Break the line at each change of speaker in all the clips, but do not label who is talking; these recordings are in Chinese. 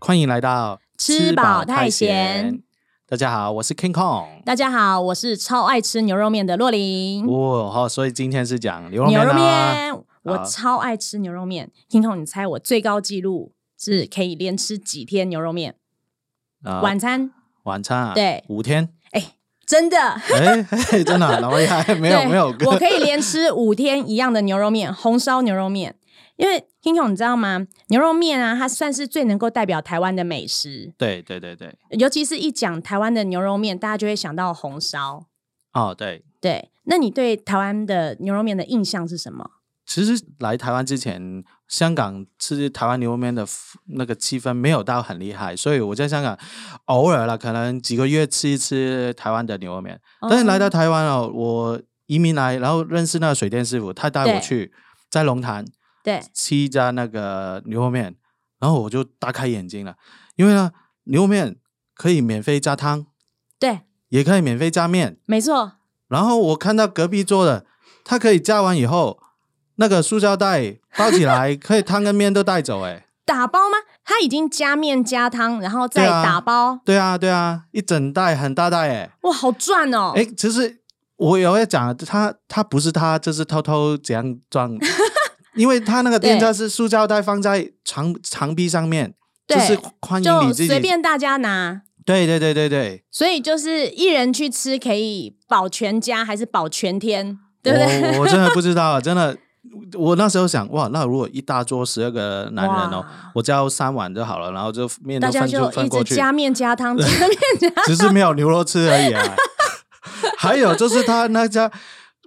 欢迎来到
吃饱太闲。
大家好，我是 King Kong。
大家好，我是超爱吃牛肉面的洛琳。
哇，好，所以今天是讲牛肉面、
嗯牛
啊。
肉面，
好
我超爱吃牛肉面。听筒，你猜我最高纪录是可以连吃几天牛肉面？
啊
晚餐？
晚餐啊，
对
五天。
哎，真的，
哎，嘿真的 啊老厉害，没有
对
没有，
我可以连吃五天一样的牛肉面，红烧牛肉面。因为听筒，你知道吗？牛肉面啊，它算是最能够代表台湾的美食，
对对对对，
尤其是一讲台湾的牛肉面，大家就会想到红烧。
哦对。
对，那你对台湾的牛肉面的印象是什么？
其实来台湾之前，香港吃台湾牛肉面的那个气氛没有到很厉害，所以我在香港偶尔了，可能几个月吃一次台湾的牛肉面。但是来到
哦
台湾哦，我移民来，然后认识那个水电师傅，他带我
对
去在龙潭
对
吃一家那个牛肉面，然后我就大开眼睛了，因为呢，牛肉面可以免费加汤，
对，
也可以免费加面。
没错，
然后我看到隔壁桌的，他可以加完以后，那个塑胶袋包起来，可以汤跟面都带走、哎，
打包吗？他已经加面加汤，然后再
对啊
打包，
对啊，对啊，一整袋很大袋、哎。
哇，好赚哦！
哎，其实我有要讲，他他不是他，就是偷偷这样 装，因为他那个电价是塑胶袋放在墙墙壁上面，就
对
是欢迎你
就
自己
随便大家拿，
对对对对对，
所以就是一人去吃可以保全家还是保全天，对不对？
我我真的不知道，真的，我那时候想，哇，那如果一大桌十二个男人哦
哇，
我叫三碗就好了，然后就面
大
都
家
分
就
出
一
分
直
过去，
加 面 加汤，加面加
只是没有牛肉吃而已啊。 还有就是他那家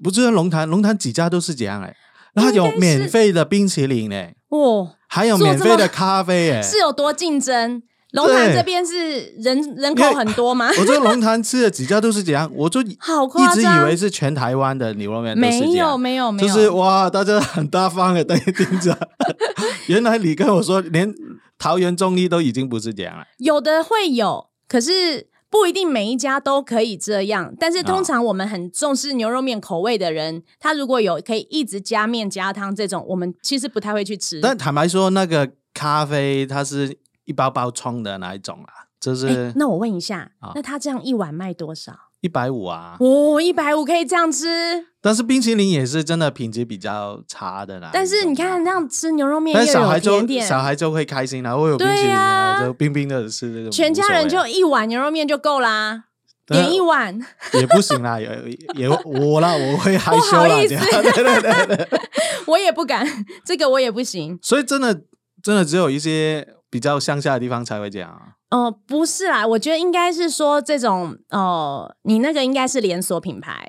不是龙潭，龙潭几家都是这样哎、然后有
应该是
免费的冰淇淋哎、
哇，
还有
做
免
这
费
么
的咖啡耶、
是有多竞争？龙潭
对
这边是人人口很多吗？
我这龙潭吃的几家都是这样，我就一
好夸
直以
张
为是全台湾的牛肉面都是这
没有
样。
没有
啊
没
就是
有，
哇，大家很大方的在盯着。 原来你跟我说，连桃园中医都已经不是这样了。
有的会有，可是不一定每一家都可以这样。但是
啊
通常我们很重视牛肉面口味的人，他如果有可以一直加面加汤这种，我们其实不太会去吃。
但坦白说，那个咖啡它是一包包冲的那一种啊，就
诶
是
那我问一下，
啊
那他这样一碗卖多少？
一百五啊。
哦，一百五可以这样吃，
但是冰淇淋也是真的品质比较差的啦。
但是你看这样吃牛肉面
啊但
又
小
有
孩就
甜点，
小孩就会开心啦，会有冰淇淋啊，
对啊
就冰冰的吃这种，
全家人
无所谓
就
啊
一碗牛肉面就够啦，
对啊
点一碗。
也不行啦，也也我啦，我会害羞
不好
啦，
意
这
思
样 对对对对。
我也不敢，这个我也不行。
所以真的真的只有一些比较乡下的地方才会这样啊。
哦、不是啦，我觉得应该是说这种哦、你那个应该是连锁品牌，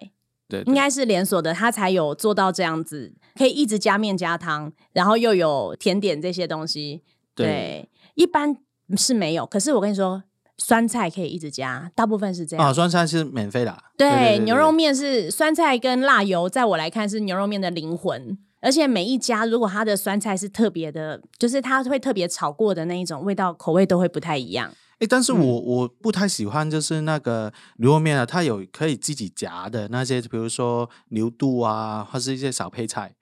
对，对
应该是连锁的，它才有做到这样子，可以一直加面加汤，然后又有甜点这些东西。
对
一般是没有。可是我跟你说，酸菜可以一直加，大部分是这样。
啊，酸菜是免费的啊。
对
对，
牛肉面是酸菜跟辣油，在我来看是牛肉面的灵魂。而且每一家如果它的酸菜是特别的，就是它会特别炒过的那一种，味道口味都会不太一样。
哎，但是
嗯
我我不太喜欢，就是那个牛肉面啊，它有可以自己夹的那些，比如说牛肚啊，或是一些小配菜，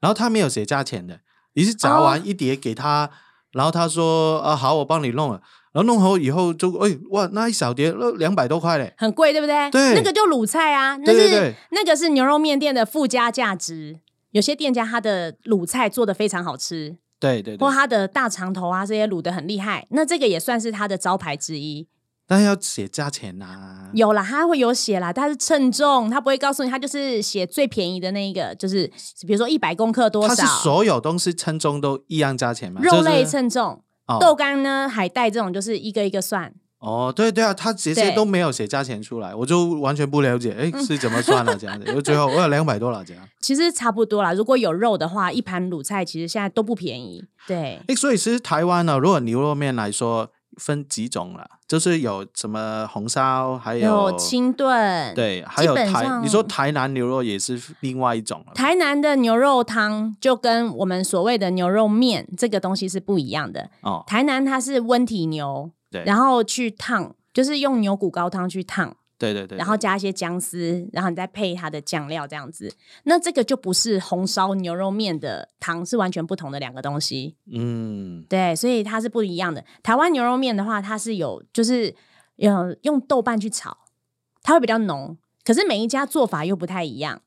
然后它没有写价钱的，你是夹
哦
完一碟给他，然后他说啊好，我帮你弄了，然后弄好以后就哎哇那一小碟两百多块嘞，
很贵，对不对？
对
那个就卤菜啊，那
对
是
对对
那个是牛肉面店的附加价值。有些店家他的卤菜做的非常好吃，
对对对
或，他的大肠头啊这些卤的很厉害，那这个也算是他的招牌之一。
但要写价钱啊呐、
有啦，他会有写啦，但是称重，他不会告诉你，他就是写最便宜的那一个，就是比如说一百公克多
它
少
是，所有东西称重都一样价钱吗？
肉
就是
类称重，
哦
豆干呢、海带这种就是一个一个算。
哦，对对啊，他直接
对
都没有写价钱出来，我就完全不了解，哎，是怎么算了、这样 子？因为最后我有两百多了这样，
其实差不多啦，如果有肉的话，一盘卤菜其实现在都不便宜。对，
哎，所以其实台湾呢，如果牛肉面来说分几种了，就是有什么红烧，还
有清炖，
对，还有
基本
台，
上
你说台南牛肉也是另外一种了，
台南的牛肉汤就跟我们所谓的牛肉面这个东西是不一样的。
哦，
台南它是温体牛，
对，
然后去烫，就是用牛骨高汤去烫。
对对对，
然后加一些姜丝，然后你再配它的酱料这样子。那这个就不是红烧牛肉面的汤，是完全不同的两个东西。
嗯，
对，所以它是不一样的。台湾牛肉面的话，它是有就是有用豆瓣去炒，它会比较浓，可是每一家做法又不太一样。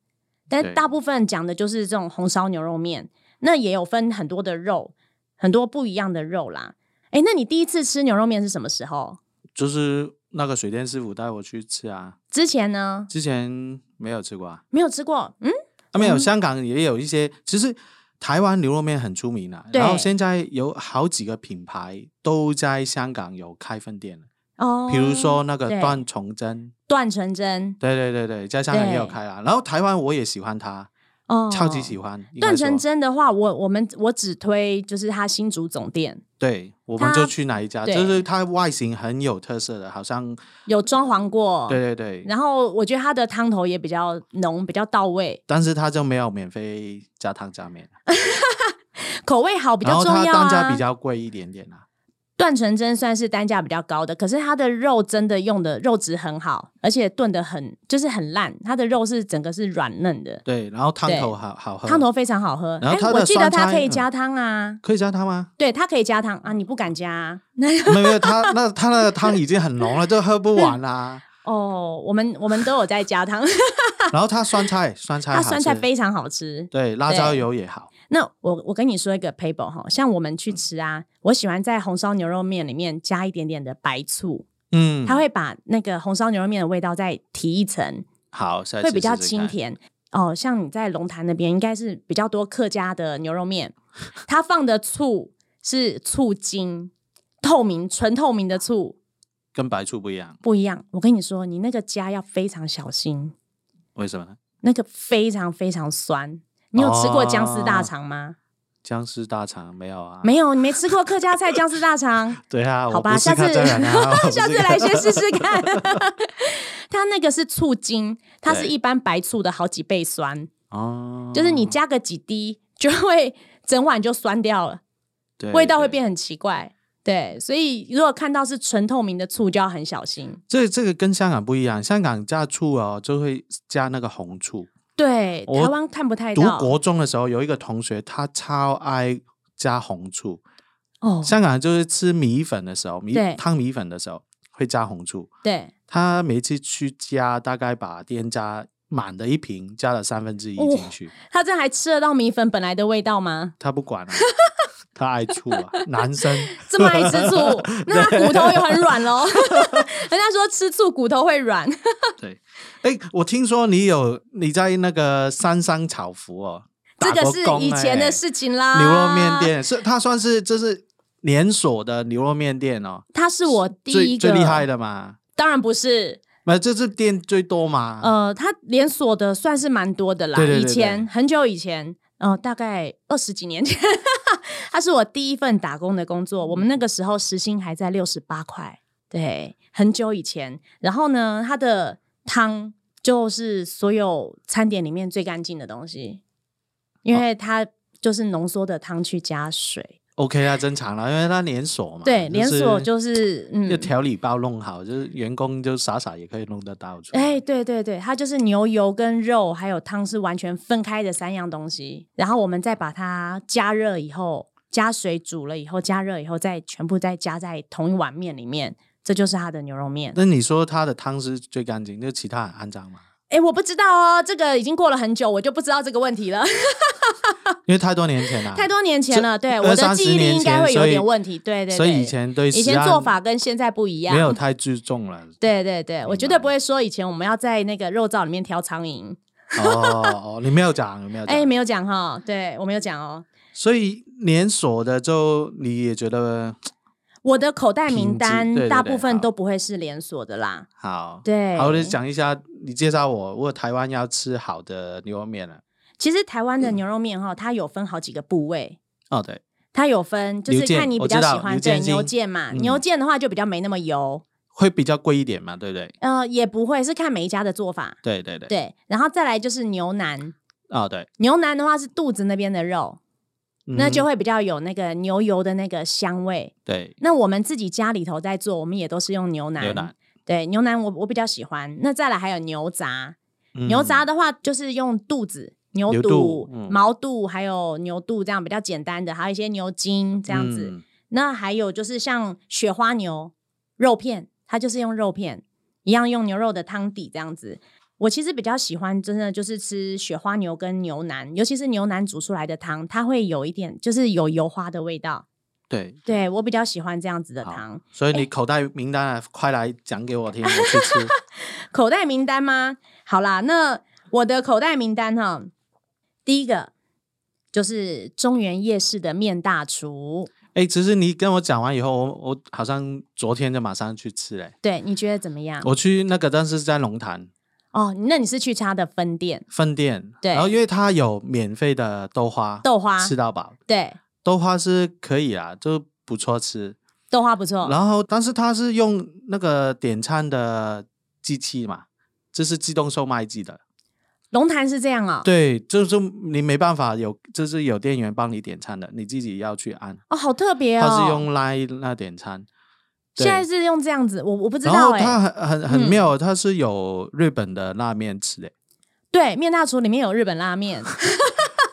但
对
大部分讲的就是这种红烧牛肉面，那也有分很多的肉，很多不一样的肉啦。哎，那你第一次吃牛肉面是什么时候？
就是那个水电师傅带我去吃啊，
之前呢
之前没有吃过啊，
没有吃过，嗯，
啊没有，
嗯
香港也有一些，其实台湾牛肉面很出名啊，
对
然后现在有好几个品牌都在香港有开分店了，
哦，
比如说那个
对
段崇祯，
段纯真，
对对对对，在香港也有
对
开啊，然后台湾我也喜欢它，
哦，
超级喜欢，应该
段
说
纯真的话，我我们我只推就是他新竹总店
对，我们
它
就去哪一家，
对
就是它外形很有特色的，好像
有装潢过，
对对对，
然后我觉得它的汤头也比较浓，比较到位，
但是它就没有免费加汤加面，
口味好比
然
较
后
重
它
要啊。
单价比较贵一点点啊，
段纯真算是单价比较高的，可是它的肉真的用的肉质很好，而且炖的很就是很烂，它的肉是整个是软嫩的，
对，然后汤
对
头好好喝，
汤头非常好喝。哎
然后它的
我记得
酸
它
菜
可以
嗯
加汤啊，
可以加汤吗？
对，它可以加汤啊，你不敢加、啊。
没有没有，他那他那个汤已经很浓了，就喝不完啦、
哦，我们我们都有在加汤，
然后他酸菜酸菜
它
好
酸菜
吃
非常好吃。
对辣椒油也好，
那我我跟你说一个 paper 哈，像我们去吃啊，我喜欢在红烧牛肉面里面加一点点的白醋，
嗯，
它会把那个红烧牛肉面的味道再提一层，
好，下一
会
次
比较
试试
清
看。
甜。哦，像你在龙潭那边，应该是比较多客家的牛 肉面，它放的醋是醋精，透明纯透明的醋
跟白醋不一样，
不一样。我跟你说，你那个加要非常小心，
为什么呢？
那个非常非常酸。你有吃过姜丝
哦
大肠吗？
僵尸大肠没有啊？
没有，你没吃过客家菜姜丝大肠。
对啊，
好
我
吧
不是
下次
客家 人啊，我不是
下次
客
来先试试看。 它那个是醋精，它是
对
一般白醋的好几倍酸，
哦，
就是你加个几滴就会整碗就酸掉了，
对
味道会
对
变很奇怪。对，所以如果看到是纯透明的醋，就要很小心。
这这个跟香港不一样，香港加醋哦，就会加那个红醋。
对，
我
台湾看不太
读
到。
国中的时候，有一个同学他超爱加红醋，
哦，
香港就是吃米粉的时候，米
对
汤米粉的时候会加红醋。
对，
他每次去加，大概把店加满的一瓶，加了三分之一
哦
进去，
他这还吃得到米粉本来的味道吗？
他不 管啊，他爱醋啊，男生
这么爱吃 醋，那他骨头也很软喽。 人家说吃醋骨头会软，
对。哎，我听说你有你在那个三商炒福哦，
这
打
个
过
是
工
以前的
哎
事啊 情啦。
牛肉面店，是它算是这是连锁的牛肉面店哦，
他是我第一
最
个
最厉害，的嘛。
当然不是。
那这是店最多嘛？
呃，他连锁的算是蛮多的啦。
啊对对对
以前很久以前，呃，大概二十几年前， 他是我第一份打工的工作。我们那个时候时薪还在六十八块，对，很久以前。然后呢，他的汤就是所有餐点里面最干净的东西，
哦
因为它就是浓缩的汤去加水。
OK 啊，正常啦，因为它连锁嘛。
对，连锁
啊是
就是嗯
要，调理包弄好，就是员工就傻傻也可以弄得到出来。
哎，对对对，它就是牛油跟肉还有汤是完全分开的三样东西，然后我们再把它加热以后，加水煮了以后，加热以后再全部再加在同一碗面里面，这就是它的牛肉面。
那你说它的汤是最干净，就其他很肮脏嘛？
哎，我不知道哦，这个已经过了很久，我就不知道这个 问题了，
因为太多年前了、
太多年前了，
这
对
二
我的
三
记
十
忆力
年
应该
前
会有
所以
点问题。对对对，
所以以前对
以
食
前
安
做法跟现在不一样，
没有。太注重了。
对对对，我
明
绝对
白
不会说以前我们要在那个肉燥里面挑苍蝇。
哦哦，你没有讲，你没有讲。
哎，没有讲哈，对我没有讲哦。
所以连锁的就你也觉得
我的口袋名
品质对对
单
对
大部分
好
都不会是连锁的啦，
好？
对。
好，我就讲一下，你介绍我，我台湾要吃好的牛肉面了。
其实台湾的
嗯
牛肉面哈，它有分好几个部位，
哦，对，
它有分就是
牛腱
看你比较
我知道
喜欢
牛腱
对
筋
牛腱嘛，
嗯
牛腱的话就比较没那么油，
会比较贵一点嘛，对不对？
呃，也不会是看每一家的做法，
对对对，
对。然后再来就是牛腩，
哦对，
牛腩的话是肚子那边的肉，那就
嗯
会比较有那个牛油的那个香味。
对
那我们自己家里头在做，我们也都是用牛腩，
牛腩，
对，牛腩我我比较喜欢。那再来还有牛杂，
嗯
牛杂的话就是用肚子、嗯牛
牛肚
肚、
嗯
毛肚还有牛肚这样比较简单的，还有一些牛筋这样子。
嗯
那还有就是像雪花牛肉片，它就是用肉片，一样用牛肉的汤底这样子。我其实比较喜欢，真的就是吃雪花牛跟牛腩，尤其是牛腩煮出来的汤，它会有一点就是有油花的味道。
对，
对我比较喜欢这样子的
好
汤。
所以你口袋名单啊，快来讲给我听，我去 吃。
口袋名单吗？好啦，那我的口袋名单哈，第一个就是中原夜市的面大厨。
哎、其实你跟我讲完以后，我我好像昨天就马上去吃嘞、
对，你觉得怎么样？
我去那个，但是在龙潭
哦，那你是去他的分店
分店，
对
然后因为它有免费的豆花，
豆花？
吃到饱，
对，
豆花是可以啊，就不错吃。
豆花不错。
然后，但是它是用那个点餐的机器嘛，这是自动售卖机的，
龙潭是这样哦，
对，就是你没办法有，就是有店员帮你点餐的，你自己要去按。
哦，好特别哦。
它是用 Line 那点餐，对
现在是用这样子，我我不知
然后
道哎、
它很很很
嗯
妙，它是有日本的拉面吃的，
对，面大厨里面有日本拉 面，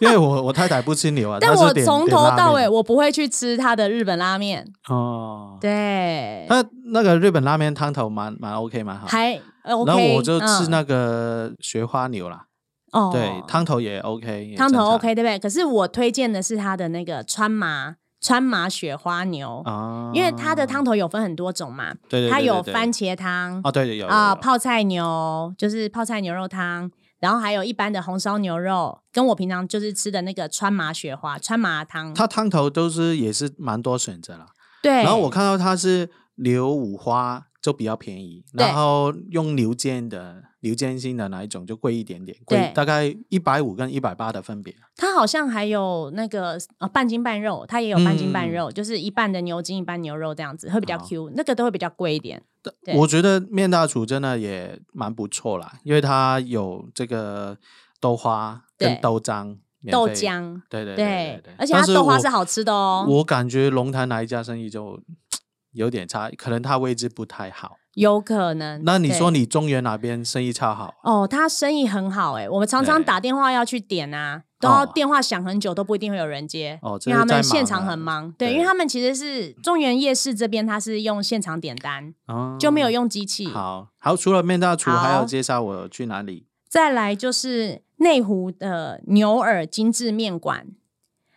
因为我我太太不吃牛啊，
但
她是
我
点
从
点
头
拉
到
面
尾我不会去吃他的日本拉面。
哦，
对，
它那个日本拉面汤头蛮蛮 OK 蛮好，
还呃 OK。
然后我就吃
嗯
那个雪花牛啦，
哦，
对，汤头也 OK，也
汤头
正常
OK 对不对？可是我推荐的是它的那个川麻川麻雪花牛，
啊，
因为它的汤头有分很多种嘛，
对对，
它
对
有
对
番茄汤
哦，对对有有
啊、
有
泡菜牛就是泡菜牛肉汤，然后还有一般的红烧牛肉，跟我平常就是吃的那个川麻雪花川麻汤。
它汤头都是也是蛮多选择啦。
对，
然后我看到它是牛五花就比较便宜，
对
然后用牛腱的牛腱心的那一种就贵一点点，贵
对
大概一百五跟一百八的分别。
它好像还有那个呃半斤半肉，它也有半斤半
嗯
肉，就是一半的牛筋一半牛肉这样子，会比较
好
Q，那个都会比较贵一点。对
我觉得面大厨真的也蛮不错啦，因为它有这个豆花跟
对
豆浆，免
豆
费，
浆，
对对
对
对对，
而且它
但
豆花
我
是好吃的哦
我感觉龙潭哪一家生意就有点差，可能它位置不太好。
有可能。
那你
对
说你中原哪边生意超好？
哦，他生意很好哎、我们常常
对
打电话要去点啊，都要
哦
电话响很久，都不一定会有人接。
哦这
因为他
是在
们现
忙
场
啊
很忙，对，
对
因为他们其实是中原夜市这边，他是用现场点单，
哦
就没有用机器。
好好，除了面大厨，还
好
要介绍我去哪里？
再来就是内湖的牛耳精致面馆，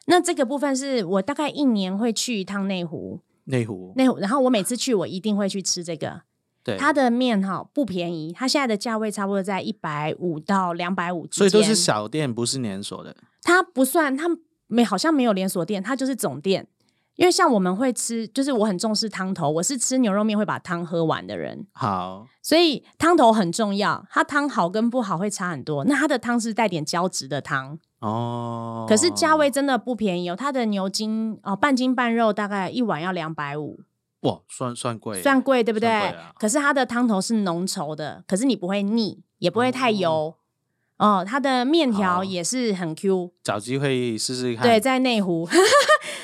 那这个部分是我大概一年会去一趟内湖，
内湖，
内湖，然后我每次去我一定会去吃这个，
对，
它的面哈不便宜，它现在的价位差不多在一百五到两百五之
所以
间，
都是小店，不是连锁的。
它不算，它没好像没有连锁店，它就是总店。因为像我们会吃，就是我很重视汤头，我是吃牛肉面会把汤喝完的人，
好，
所以汤头很重要。它汤好跟不好会差很多。那它的汤是带点胶质的汤，
哦，
可是价位真的不便宜哦。它的牛筋哦、半斤半肉大概一碗要两百五，
哇，算算贵，
算贵对不对？
算贵啊
可是它的汤头是浓稠的，可是你不会腻，也不会太油。哦，它的面条
好
也是很 Q，
找机会试试看。
对，，在内湖，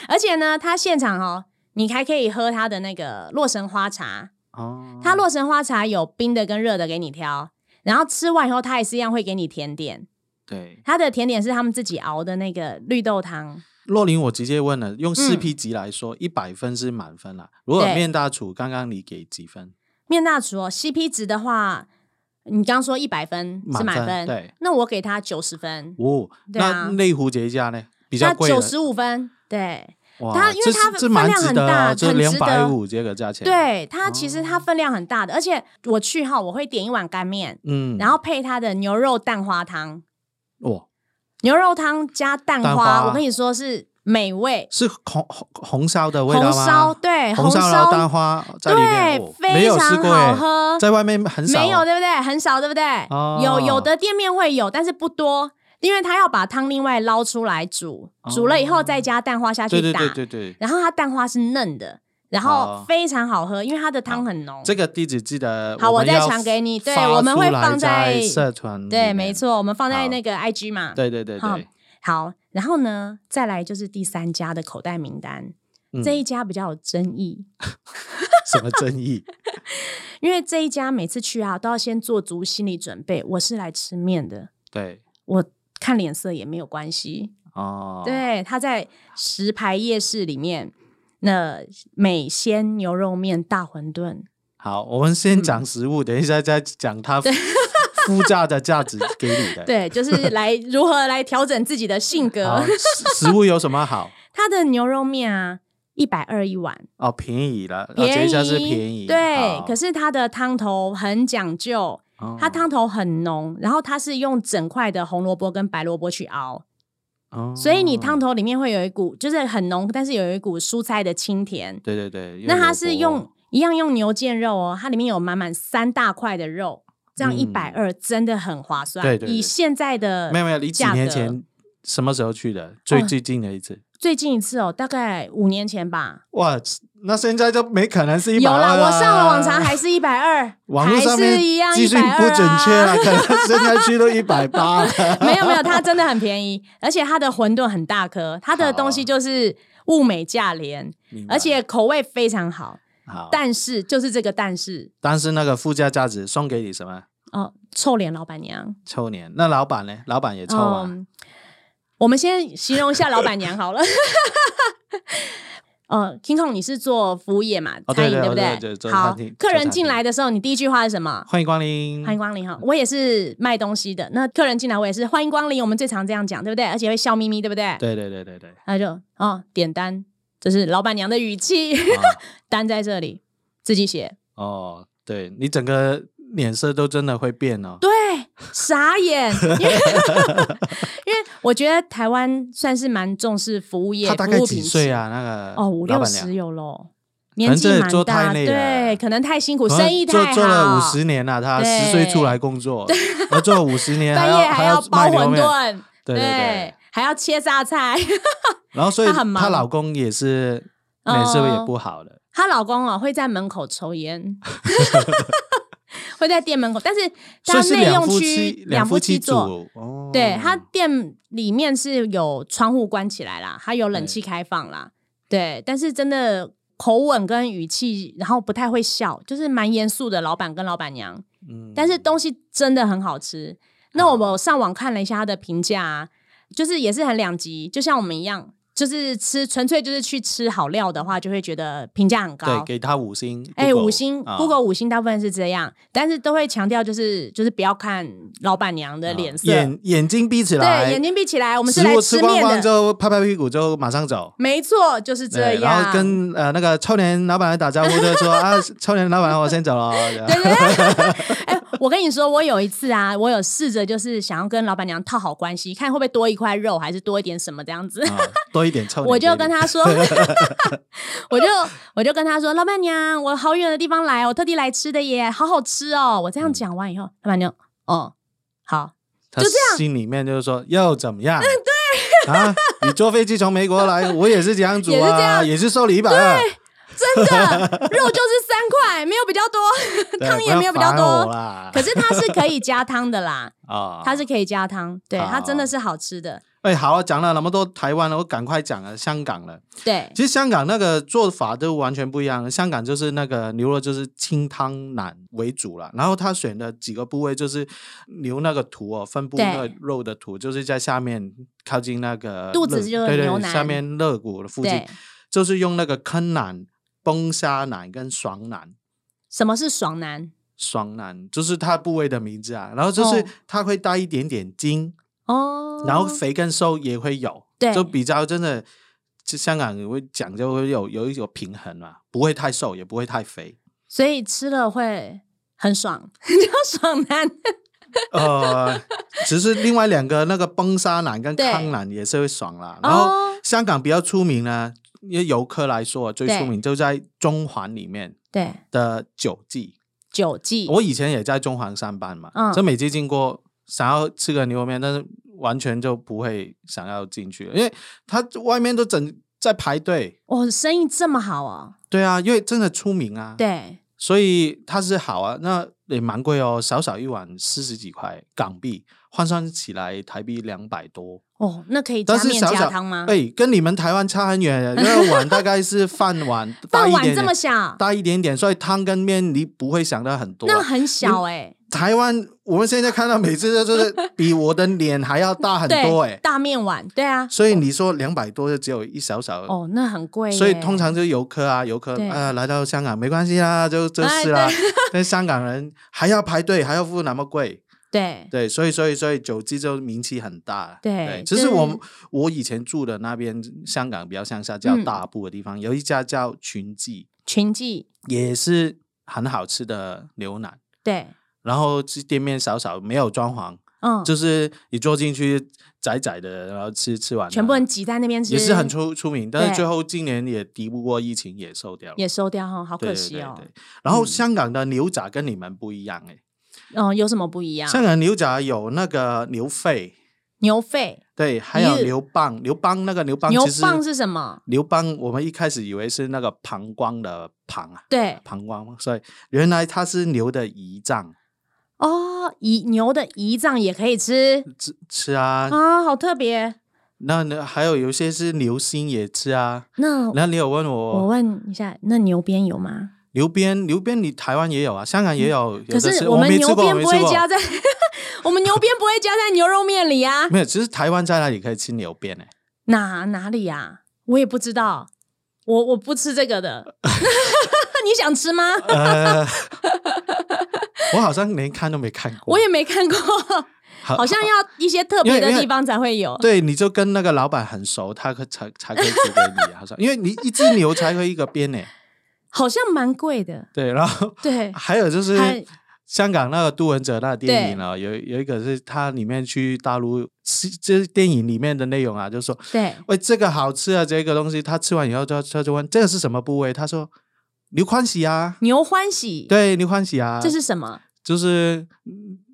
而且呢，它现场哦，你还可以喝它的那个洛神花茶，
哦，
它洛神花茶有冰的跟热的给你挑，然后吃完以后，它也是一样会给你甜点，
对，
它的甜点是他们自己熬的那个绿豆汤，
洛林，我直接问了，用四
嗯
P 级来说，一百分是满分啦。如果
对
面大厨，刚刚你给几分？
面大厨哦，CP 值的话，你刚说一百分是满
满分
分，
对，
那我给它九十分，
哦，
对啊
那内湖这一家呢，比较
那
贵了
九，十五分，对。
哇
它因为
这
它
这
分
蛮
量
值
很
得
大
啊，这
很值
两
得
百五这个价钱，，
对它其
哦
实它分量很大的，而且我去哈，我会点一碗干面，
嗯，
然后配它的牛肉蛋花汤，
哇，
牛肉汤加蛋花，
蛋花
我跟你说是美味，
是红红红烧的味道
红
吗？
烧对
红
哎烧
烧然后蛋花在里面，
对
我没
非
有试
常
过
好
耶，
喝，
在外面很少
没有对不对？很少对不对？
哦
有有的店面会有，但是不多，因为它要把汤另外捞出来煮，
哦
煮了以后再加蛋花下去
对
打，
对对对哦对，
然后它蛋花是嫩的，然后
好
非常好喝，因为它的汤很浓。
这个地址记得
好
我
我
们
再
要
传给你对
发
我们会
出来
放在
在社团，
对，没，错，我们放在
好
那个 IG 嘛。
对对对
好
对，
好，然后呢，再来就是第三家的口袋名单，
嗯
这一家比较有争议。
什么争 议？
因为这一家每次去啊，都要先做足心理准备，我是来吃面的，
对，
我看脸色也没有关系。
哦，
对，他在石牌夜市里面，那美鲜牛肉面大馄饨，
好，我们先讲食物，等一下再讲它附加的价值给你的。
对，就是 来如何来调整自己的性
好，
格。
食食物有什么好？
他的牛肉面啊，一百二一碗，
哦，便宜了，哦、这
便
一
宜，
家是便宜，哦
对，可
是
是它的汤头很讲究，它汤头很浓，然后它是用整块的红萝卜跟白萝卜去熬，
哦，
所以你汤头里面会有一股就是很浓，但是有一股蔬菜的清甜。
对对对，
那它
萝
是
卜
用一样用牛腱肉哦，它里面有满满三大块的肉，这样
嗯
一百二真的很划算。
对对对
以现在的
没有没有，你几
呃价格哦
年前什么时候去的？最最近的一次。
最近一次哦，大概五年前吧。
哇，那现在就没可能是一百
有
二
啦，我上了 网查还
还
是一百二，
网络
还
上
是
面
一样
资
一
讯
百
不
二啊
准确啊了，可能现在去都一百八啊了。
没有没有，它真的很便 宜，而且它的馄饨很大颗，它的东西就是物美价廉，
明白
而且口味非常好。
好，但
但是就是这个但是
但是那个附加价值送给你什么？
哦，臭脸老板娘，
臭年，那老板呢？老板也臭啊。
嗯，我们先形容一下老板娘好了。 呃，King Kong，你是做服务业嘛？
哦
餐饮
对对
不
对对做
好
餐厅，嗯
客
做
人
餐
进
厅
来的时候，你第一句话是什么？
欢迎光临，
欢迎光临哈，我也是卖东西的。那客人进来，我也是欢迎光临，我们最常这样讲，对不对？而且会笑眯眯，对不对？
对对对对对，
他就哦点单，这是老板娘的语气， 单在这里自己写，
哦哦，对你整个脸色都真的会变哦。
对，傻 眼，因为因为我觉得台湾算是蛮重视服务业，
他大概
服务
几
品质
岁？啊？那个
哦，五
老
六
板娘
十有喽，
能
年纪
这
蛮
做
大，
太累了
对，可能太辛苦，
可
生
能
意
做
太
做了
好
五，十年了，他
对
十岁出来工 作，他做了五十年，
半
还
夜
要
还
要
包
卖牛
馄
面，
饨，
对对对。
还要切榨菜。
然后所以
她很忙
她老公也是脸色也
哦
不好的，
她老公哦会在门口 抽烟， 会在店门口，但是
所
她
以是
内
两
用
夫
区
妻两
夫
夫
妻
妻
座，
组，哦
对，她店里面是有窗户关起来啦，还有冷气开放啦，对，但是真的口吻跟语气，然后不太会笑，就是蛮严肃的老板跟老板娘，
嗯哦
但是东西真的很好吃。那我们上网看了一下他的评价、啊，就是也是很两极，就像我们一样，就是吃纯粹就是去吃好料的话，就会觉得评价很
对
高。
给他五星，
哎、
Google，
五星、
啊
Google 五星大部分是这样，但是都会强调就是就是不要看老板娘的脸色，
啊眼眼睛闭起来，
对，眼睛闭起来，我
我
们是来
吃
吃
光
面
光
的，
之后拍拍屁股就马上走。
没错，就是这
对，然
样。
后跟呃那个臭年老板来打招呼，就说啊，臭年老板，我先走 了。啊
对对 对，哎、我跟你说，我有一次啊，我有试着就是想要跟老板娘套好关系，看会不会多一块肉，还是多一点什么这样子。
啊，多一点臭脸给你。
我就跟他说， 我就我就跟他说，老板娘，我好远的地方来，我特地来吃的耶，好好吃哦。我这样讲完以后，老板娘，哦， 好，
他
就这样
心里面就是说又怎么 样？对啊，你坐飞机从美国来，我也是这样煮
也是这
啊，
样
也是收你一百二，
真的肉就是三块，没有比较多，
对
汤也没有比
不要
较
烦我
多。
啦。
可是它是可以加汤的啦，
啊，
它是可以加汤，对，
好
它真的是好吃的，
哎，好，讲了那么多台湾了，我赶快讲了香港了。
对，
其实香港那个做法都完全不一样，香港就是那个牛肉就是清汤腩为主了，然后他选的几个部位就是牛那个图哦，分布
对
那个肉的图，就是在下面靠近那个
肚子
肋
就是
对
牛
对，
腩
下面肋骨的附近
对，，
就是用那个坑腩、崩虾腩跟爽腩。
什么是爽男？
爽腩就是它部位的名字啊，然后就是
哦
它会带一点点筋，
哦，
然后肥跟瘦也会有，
对
就比较真的，就香港也会讲究会有有一种平衡嘛，不会太瘦，也不会太肥。
所以吃了会很爽， 叫爽男。
呃，只是另外两个那个崩沙腩跟
对
康腩也是会爽啦。然后
哦，
香港比较出名呢，因为游客来说啊最
对
出名就在中环里面
对，
的九记。
酒剂，
我以前也在中环上班嘛，
嗯
就每次经过想要吃个牛肉面，但是完全就不会想要进去，因为它外面都整在排队。
我哦生意这么好哦，
对啊，因为真的出名啊，
对，
所以它是好啊，那也蛮贵哦，小小一碗四十几块港币，换算起来台币两百多，
哦，那可以加
但是
面
想
加
想，
汤吗？
哎、跟你们台湾差很远，那个碗大概是饭碗大
饭
一点
碗
点，
这么小，
大一点点，所以汤跟面你不会想到很多。啊
那很小哎、
台湾我们现在看到每次就是比我的脸还要大很多哎、
对，大面碗，对啊，
所以你说两百多就只有一小小，
哦，那很贵耶、
所以通常就是游客啊，游客
对哎
啊、来到香港没关系 啦，就就是啦。 但香港人还要排队，还要付那么贵，
对
对，所以所以所以酒记就名气很大。
对
其实
就是
我我以前住的那边香港比较乡下，叫
嗯
大埔的地方，有一家叫群记，
群记，
也是很好吃的牛腩。
对，
然后是店面少少，没有装潢，
嗯，
就是你坐进去窄窄的，然后吃吃完了，
全部人挤在那边吃，
啊也是很出出名，但是
对
最后今年也敌不过疫情，也瘦掉了。
也收掉哈，好
对
可
对
惜
对
哦。
对然后
嗯
香港的牛杂跟你们不一样哎、
嗯，有什么不一样？
香港牛杂有那个牛肺，
牛肺、
对，还有
咦
牛蒡。牛蒡那个牛蒡
牛
其实
蒡是什么？
牛蒡我们一开始以为是那个膀胱的膀啊，
对，
膀胱，所以原来它是牛的胰脏，
哦，胰牛的胰脏也可以吃
吃吃啊。
啊，好特别。
那那还有有些是牛心也吃啊。
那
那你有问
我
我
问一下，那牛鞭有吗？
牛鞭，牛鞭你台湾也有啊，香港也有，有
嗯可
的
是
是
我
我
们
没吃
牛
过，我
鞭
没
不
吃
会
过。
加在， 我们牛鞭不会加在牛肉面 里啊？
没有，其实台湾在那里可以吃牛鞭诶、
哪哪里呀、我也不知道，我我不吃这个 的。你想吃吗？
呃，我好像连看都没看过。
我也没 看过，
好
好像要一些特别
因为
的
因为
地方才会有。
对，你就跟那个老板很熟，他可才才可以煮给你，啊好像因为你一只牛才可以一个鞭呢。
好像蛮贵的，
对，然后
对，
还有就是
还
香港那个杜文泽那个电影啊，有有一个是他里面去大陆，是就是电影里面的内容啊，就是说，
对，
喂，这个好吃啊，这个东西，他吃完以后，他他就问这个是什么部位，他说牛欢喜 啊，
牛欢喜，，
对，牛欢喜啊，
这是什么？
就是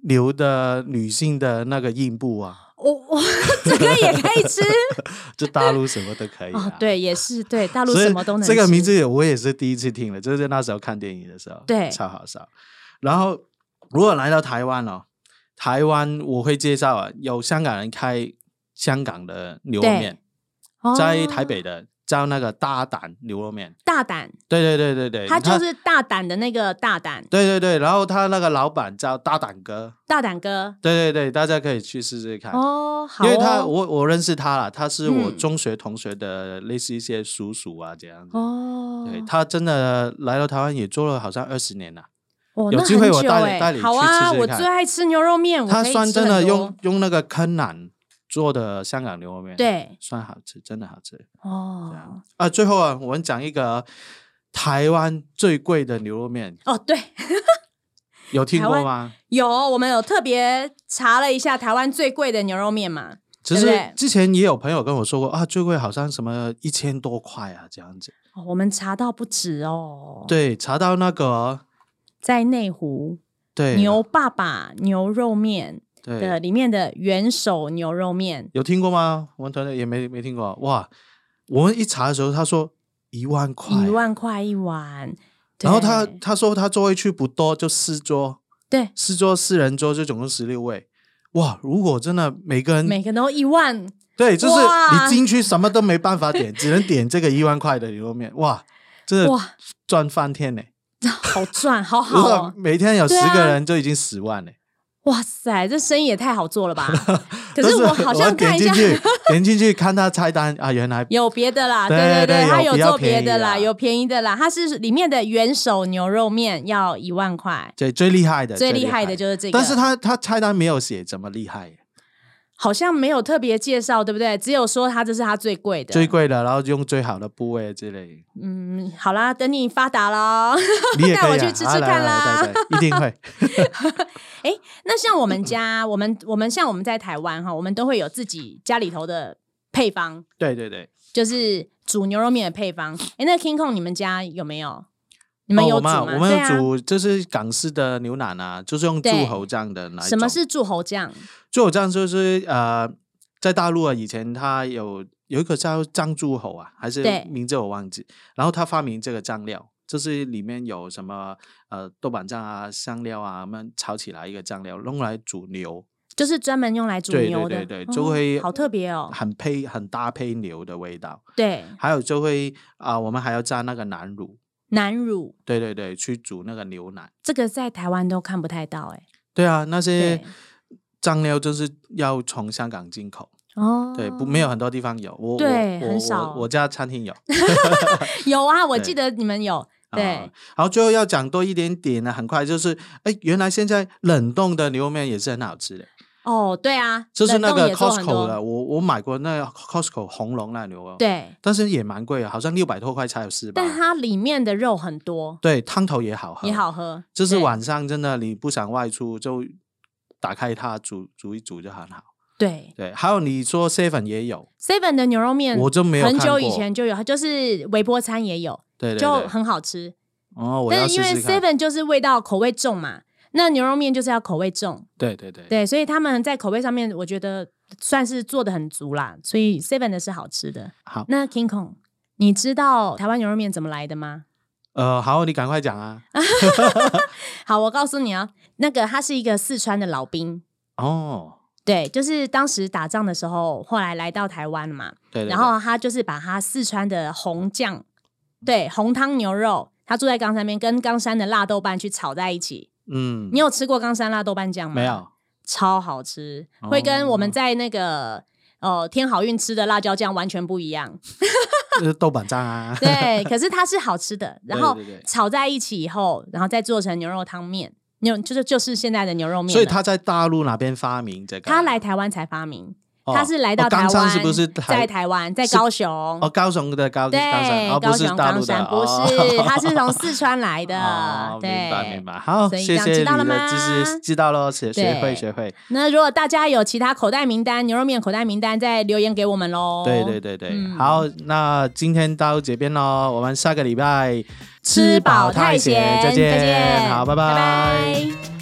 牛的女性的那个硬部 啊，
我我这个也可以 吃
就大陆什么都可以啊
哦，，对，也是对，大陆
所以
什么都能吃。
这个名字也我也是第一次听的，就是那时候看电影的时候，
对
超好笑。然后如果来到台湾哦，台湾我会介绍啊，有香港人开香港的牛肉面，
哦
在台北的叫那个大胆牛肉面，
大胆，
对对对对对，
他就是大胆的那个大胆，
对对对，然后他那个老板叫大胆哥，
大胆哥。
对对对，大家可以去试试看。
哦，好
因为
哦，
他我我认识他啦，他是我
嗯
中学同学的类似一些叔叔啊这样子。
哦，
对他真的来到台湾也做了好像二十年了。
哦，
有
那
机会
很
我
久
带你
欸
带你
好
去
啊，
吃吃
我
看
最爱吃牛肉面，嗯我
他
可以
算
吃
真
很
的
多
用用那个坑腩做的香港牛肉面，，
对
算好吃，真的好吃
哦
啊！最后啊，我们讲一个台湾最贵的牛肉面，
哦对，
有听
台
过
湾
吗？
有我们有特别查了一下台湾最贵的牛肉面嘛，
其
对不对
实之前也有朋友跟我说过啊，最贵好像什么一千多块啊这样子。
哦，我们查到不止哦，，
对，查到那个
在内湖
对
牛爸爸牛肉面的
对，
里面的元首牛肉面，
有听过吗？我们团队也没没听过哇。我们一查的时候，他说一万块啊，
一万块一碗，
然后他
对
他说他座位区不多，就四桌，
对
四桌四人桌就总共十六位。哇，如果真的每个人
每个都一万，
对，就是
哇
你进去什么都没办法点，只能点这个一万块的牛肉面，哇，真的
哇，
赚翻天呢、
好 赚，好
如
好
果
哦。
每天有十
对啊
个人，就已经十万嘞、
哇塞，这生意也太好做 了吧！可
但
是
是
我好像看
点
一
进，
下
去， 点进去看他菜单啊，原 来
有别 的啦，
对
对
对有
他有
比较
做别的啦，
便宜啦
有便宜的啦，它是里面的元首牛肉面要一万块，
对最厉害的，
最
厉
厉害
的
的就是这个，
但是他他菜单没有写怎么厉害、
好像没有特别介绍，对不对？只有说它这是它最贵的，
最，贵的，然后用最好的部位之类 的。
嗯，好啦，等你发达喽。
你也
带
可以、啊、
我去吃
啊
吃
来
看
来
啦
对对，一定 会。
那像我
嗯
们家，我们我们像我们在台湾哈，我们都会有自己家里头的配方，
对对对，
就是煮牛肉面的配方。哎，那 King Kong 你们家有没有？你们
哦
有
我
煮
们
吗？
啊我们
对啊
有煮，就是港式的牛腩啊，就是用
对
猪猴酱的那一
什么
种
是柱侯酱？
猪猴酱？就是呃，在大陆啊，以前它有有一个叫张猪猴啊，还是
对
名字我忘记，然后他发明这个酱料。就是里面有什么呃豆瓣酱啊、香料啊，我们炒起来一个酱料，用来煮牛。
就是专门用来煮
对
牛的，
对对对就会
哦、好特别哦。
很配很搭配牛的味道。
对，
还有就会啊、我们还要加那个南乳，
南乳
对对对，去煮那个牛奶。
这个在台湾都看不太到哎、
对啊，那些
对
酱料就是要从香港进口，
哦，
对，不没有很多地方有。我我
对很
我
少
我我家餐厅有。
有啊，我
对
记得你们有 对、
啊然后最后要讲多一点点啊呢，很快就是，哎，原来现在冷冻的牛肉面也是很好吃的，
哦，对啊，
就是那
冷冻
个
也做很
Costco
多
的，我我买过那个 Costco 红龙那牛肉，，
对，
但是也蛮贵的，好像六百多块才有四包
但。它里面的肉很多，
对，汤头也好喝，
也好，喝，
就是
对
晚上真的你不想外出就打开它煮煮一煮就很好。
对
对，还有你说 seven 也有，
Seven 的牛肉面，
我就没有
嗯很
看
久以
过
前就有，它就是微波餐也有，
对对
就
对，
很好吃。
哦，我要
但
试
是因为
试看。
Seven 就是味道口味重嘛，那牛肉面就是要口味重，
对对对，
对，所以他们在口味上面，我觉得算是做的很足啦。所以 Seven 的是好吃的。
好，
那 King Kong，你知道台湾牛肉面怎么来的吗？
呃，好，你赶快讲啊。
嗯好，我告诉你啊，那个他是一个四川的老兵，
哦，
对，就是当时打仗的时候，后来来到台湾了嘛，
对对对，嗯
然后啊他就是把他四川的红酱，对，红汤牛肉，他住在冈山边，跟冈山的辣豆瓣去炒在一起。
嗯，
你有吃过冈山辣豆瓣酱吗？
没，有？哦
超好吃，会跟我们在那个。哦，天好运吃的辣椒酱完全不 一样，
就是豆瓣酱啊。
对，可是它是好吃的。然后
对对对
炒在一起以后，然后再做成牛肉汤面，牛就是就是现在的牛肉面了。
所以他在大陆哪边发明这个？
他来台湾才发明，
哦，
他是来到
哦
台
冈
湾，
山是不是台
在台湾，在
是
高雄？
哦，高雄的高
对，
冈山，哦，不
高
是
雄
大
冈
陆
山
的，
不
哦
是， 他是从四川来的
哦。明白
对
明，白，好，
所以
谢
这样
谢
知
你
道了吗
的知识，知道了，学学
对
会学会，
那如果大家有其他口袋名单、牛肉面口袋名单，再留言给我们喽。
对对对对，
哦嗯
好，那今天到这边喽，我们下个礼拜
吃饱太
吃
闲，
再
再
见，好，
拜拜